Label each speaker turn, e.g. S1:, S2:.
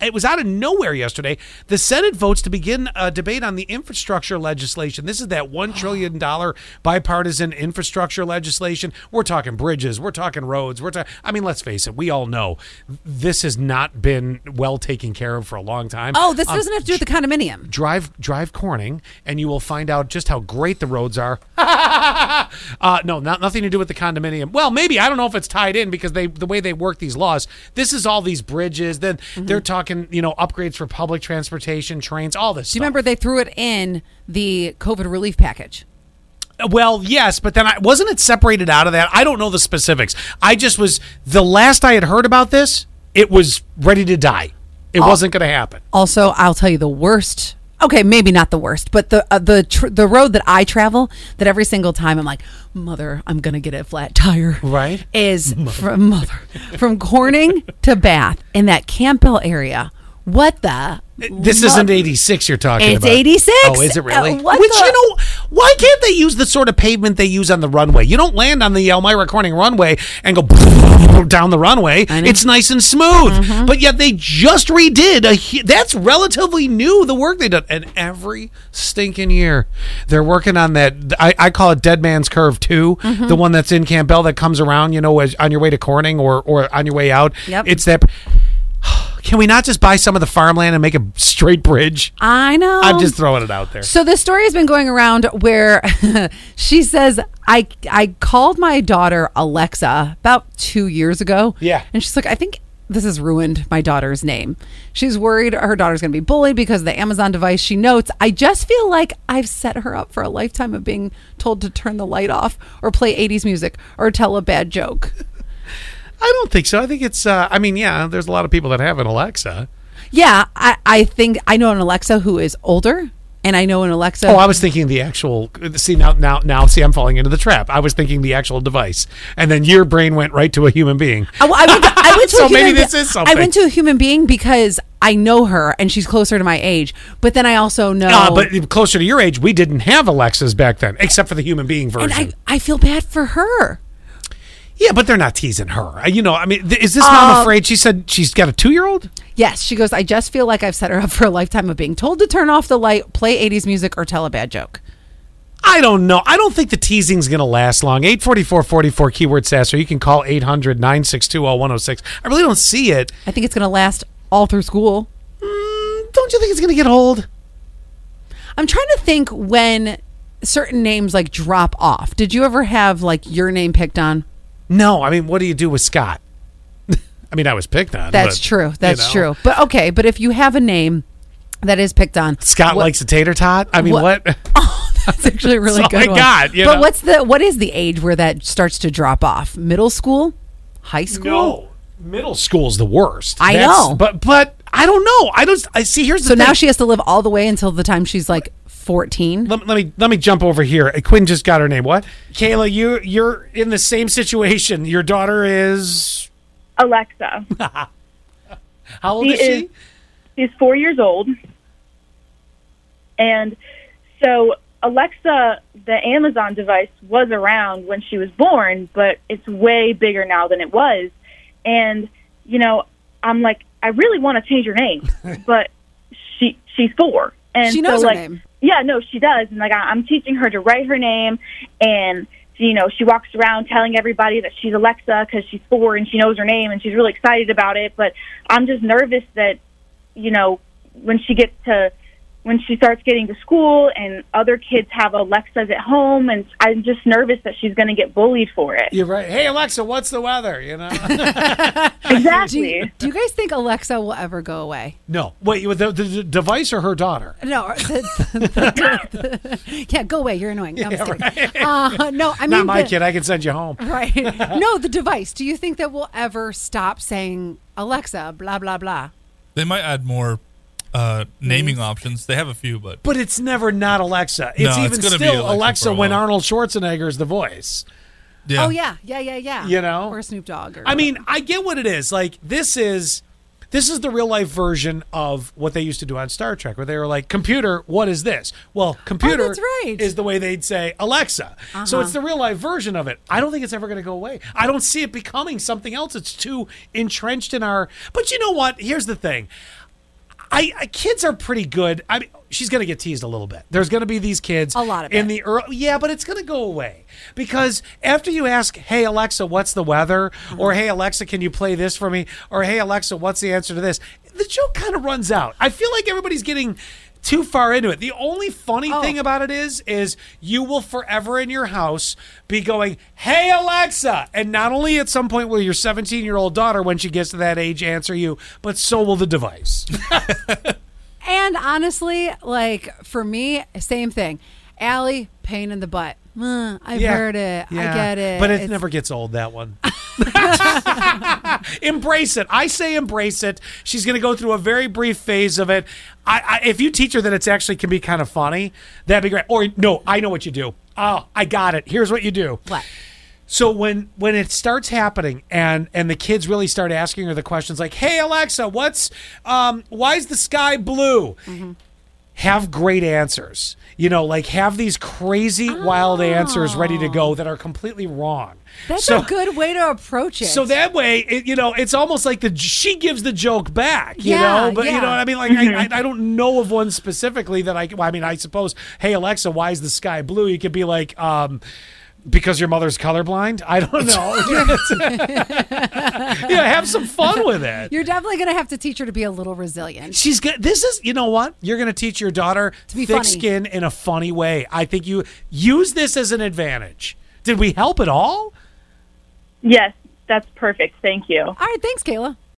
S1: it was out of nowhere yesterday. The Senate votes to begin a debate on the infrastructure legislation. This is that $1 trillion bipartisan infrastructure legislation. We're talking bridges, we're talking roads, we're talking, I mean, let's face it, we all know this has not been well taken care of for a long time.
S2: Oh, this doesn't have to do with the condominium.
S1: Drive, drive Corning, and you will find out just how great the roads are. uh, no, not nothing to do with the condominium. Well, maybe I don't know if it's tied in because they the way they work these laws. This is all these bridges. Then they're talking, you know, upgrades for public transportation, trains, all this.
S2: Do you remember they threw it in the COVID relief package?
S1: Well, yes, but then I wasn't it separated out of that. I don't know the specifics. I just was the last I had heard about this. It was ready to die. It wasn't going to happen.
S2: Also, I'll tell you the worst. Okay, maybe not the worst, but the uh, the tr- the road that I travel that every single time I'm like, mother, I'm gonna get a flat tire.
S1: Right.
S2: Is from mother from Corning to Bath in that Campbell area. What the?
S1: This
S2: lo-
S1: isn't 86 you're talking
S2: It's
S1: about.
S2: 86.
S1: Oh, is it really?
S2: Uh, what
S1: Which,
S2: the-
S1: you know, why can't they use the sort of pavement they use on the runway? You don't land on the Elmira Corning runway and go down the runway.
S2: I know. Mm-hmm.
S1: It's nice and smooth. But yet they just redid a hu- that's relatively new the work they done and every stinking year they're working on that I, I call it Dead Man's Curve 2,
S2: Mm-hmm.
S1: the one that's in Campbell that comes around, you know, as on your way to Corning or or on your way out.
S2: Yep.
S1: It's that can we not just buy some of the farmland and make a straight bridge?
S2: I know.
S1: I'm just throwing it out there.
S2: So this story has been going around where she says I I called my daughter Alexa about 2 years ago.
S1: Yeah.
S2: And she's like I think this has ruined my daughter's name. She's worried her daughter's going to be bullied because of the Amazon device. She notes, I just feel like I've set her up for a lifetime of being told to turn the light off or play 80s music or tell a bad joke.
S1: I don't think so. I think it's. Uh, I mean, yeah, there's a lot of people that have an Alexa.
S2: Yeah, I, I think I know an Alexa who is older and I know an Alexa
S1: Oh, I was thinking the actual. See now, now, now. See, I'm falling into the trap. I was thinking the actual device, and then your brain went right to a human being.
S2: I, I went to, I went to
S1: So
S2: a human
S1: maybe this
S2: be-
S1: is something.
S2: I went to a human being because I know her and she's closer to my age. But then I also know.
S1: Uh, but closer to your age, we didn't have Alexas back then, except for the human being version.
S2: and I, I feel bad for her.
S1: yeah, but they're not teasing her. Uh, You know, I mean, th- is this
S2: Uh,
S1: mom afraid? She said she's got a two year old.
S2: Yes, she goes, I just feel like I've set her up for a lifetime of being told to turn off the light, play 80s music, or tell a bad joke.
S1: I don't know. I don't think the teasing's going to last long. 844-44 keyword SASS, or you can call 800-962-0106. I really don't see it.
S2: I think it's going to last all through school.
S1: Mm, don't you think it's going to get old?
S2: I'm trying to think when certain names like drop off. Did you ever have like your name picked on?
S1: No. I mean, what do you do with Scott? I mean, I was picked on.
S2: That's
S1: but,
S2: true.
S1: you
S2: That's
S1: know.
S2: true. But okay, but if you have a name that is picked on,
S1: Scott
S2: what-
S1: likes a tater tot. I mean,
S2: What-
S1: what?
S2: Oh, that's actually a really
S1: That's all
S2: good.
S1: I
S2: one.
S1: got, you
S2: but
S1: know?
S2: what's the what is the age where that starts to drop off? Middle school, high school.
S1: No. Middle school's the worst.
S2: I know.
S1: But but I don't know. I don't. I see. Here's the
S2: So now
S1: thing.
S2: she has to live all the way until the time she's like fourteen.
S1: let, let me let me jump over here. Uh, Quinn just got her name. What? Kayla, you you're in the same situation. Your daughter is
S3: Alexa.
S1: How old
S3: She
S1: is she?
S3: is- She's four years old. And so Alexa, the Amazon device, was around when she was born, but it's way bigger now than it was. And, you know, I'm like, I really want to change her name, but she she's four. And
S2: She knows
S3: so,
S2: her
S3: like,
S2: name.
S3: Yeah, no, she does. And like, I- I'm teaching her to write her name, and you know, she walks around telling everybody that she's Alexa because she's four and she knows her name and she's really excited about it. But I'm just nervous that you know, when she gets to when she starts getting to school and other kids have Alexas at home, and I'm just nervous that she's going to get bullied for it.
S1: You're right. Hey Alexa, what's the weather? You know.
S2: Do you,
S3: Exactly.
S2: do you guys think Alexa will ever go away?
S1: no. Wait, the, the, the device or her daughter?
S2: No. yeah, go away. You're annoying. No, I'm just kidding. Uh, no, I mean
S1: Not my
S2: the-
S1: kid. I can send you home.
S2: Right. No, the device. Do you think that we'll ever stop saying Alexa? Blah blah blah.
S4: They might add more uh, naming options. They have a few, but
S1: But it's never not Alexa.
S4: No,
S1: It's
S4: it's
S1: even
S4: gonna be
S1: still
S4: Alexa for
S1: Alexa
S4: a
S1: when
S4: while.
S1: Arnold Schwarzenegger is the voice.
S4: yeah.
S2: Oh yeah, yeah, yeah, yeah.
S1: You know?
S2: or Snoop Dogg. Or
S1: I mean, I get what it is. Like this is this is the real life version of what they used to do on Star Trek, where they were like, "Computer, what is this?" Well, computer
S2: Oh, that's right. Uh-huh.
S1: is the way they'd say Alexa. So it's the real life version of it. I don't think it's ever going to go away. I don't see it becoming something else. It's too entrenched in our. But you know what? Here's the thing. I, I kids are pretty good. I mean, she's going to get teased a little bit. There's going to be these kids
S2: A lot of
S1: in
S2: it.
S1: the early, yeah, but it's going to go away because after you ask, "Hey Alexa, what's the weather?"
S2: Mm-hmm.
S1: or "Hey Alexa, can you play this for me?" or "Hey Alexa, what's the answer to this?" the joke kind of runs out. I feel like everybody's getting too far into it. The only funny
S2: Oh.
S1: thing about it is is you will forever in your house be going, "Hey Alexa." And not only at some point will your 17-year-old daughter when she gets to that age answer you, but so will the device.
S2: And honestly, like for me, same thing. Allie, pain in the butt. Mm, I've heard it. I
S1: Yeah.
S2: get it.
S1: But it
S2: It's-
S1: never gets old, that one. embrace it. I say embrace it. She's going to go through a very brief phase of it. I, I, if you teach her that it's actually can be kind of funny, that'd be great. Or, no, I know what you do. Oh, I got it. Here's what you do.
S2: What?
S1: So when when it starts happening and and the kids really start asking her the questions like, "Hey Alexa, what's um why is the sky blue?"
S2: Mm-hmm.
S1: have great answers. You know, like have these crazy wild answers ready to go that are completely wrong.
S2: Oh. That's
S1: so,
S2: a good way to approach it.
S1: So that way, it, you know, it's almost like the she gives the joke back. You
S2: Yeah,
S1: know, but you
S2: yeah.
S1: know what I mean. Like I, I, I don't know of one specifically that I. Well, I mean, I suppose. Hey Alexa, why is the sky blue? You could be like. um because your mother's colorblind? I don't know. yeah, have some fun with it.
S2: you're definitely going to have to teach her to be a little resilient.
S1: She's got this is you know what you're going to teach your daughter to
S2: be
S1: thick
S2: funny.
S1: skin in a funny way. I think you use this as an advantage. Did we help at all?
S3: Yes, that's perfect. Thank you.
S2: All right, thanks, Kayla.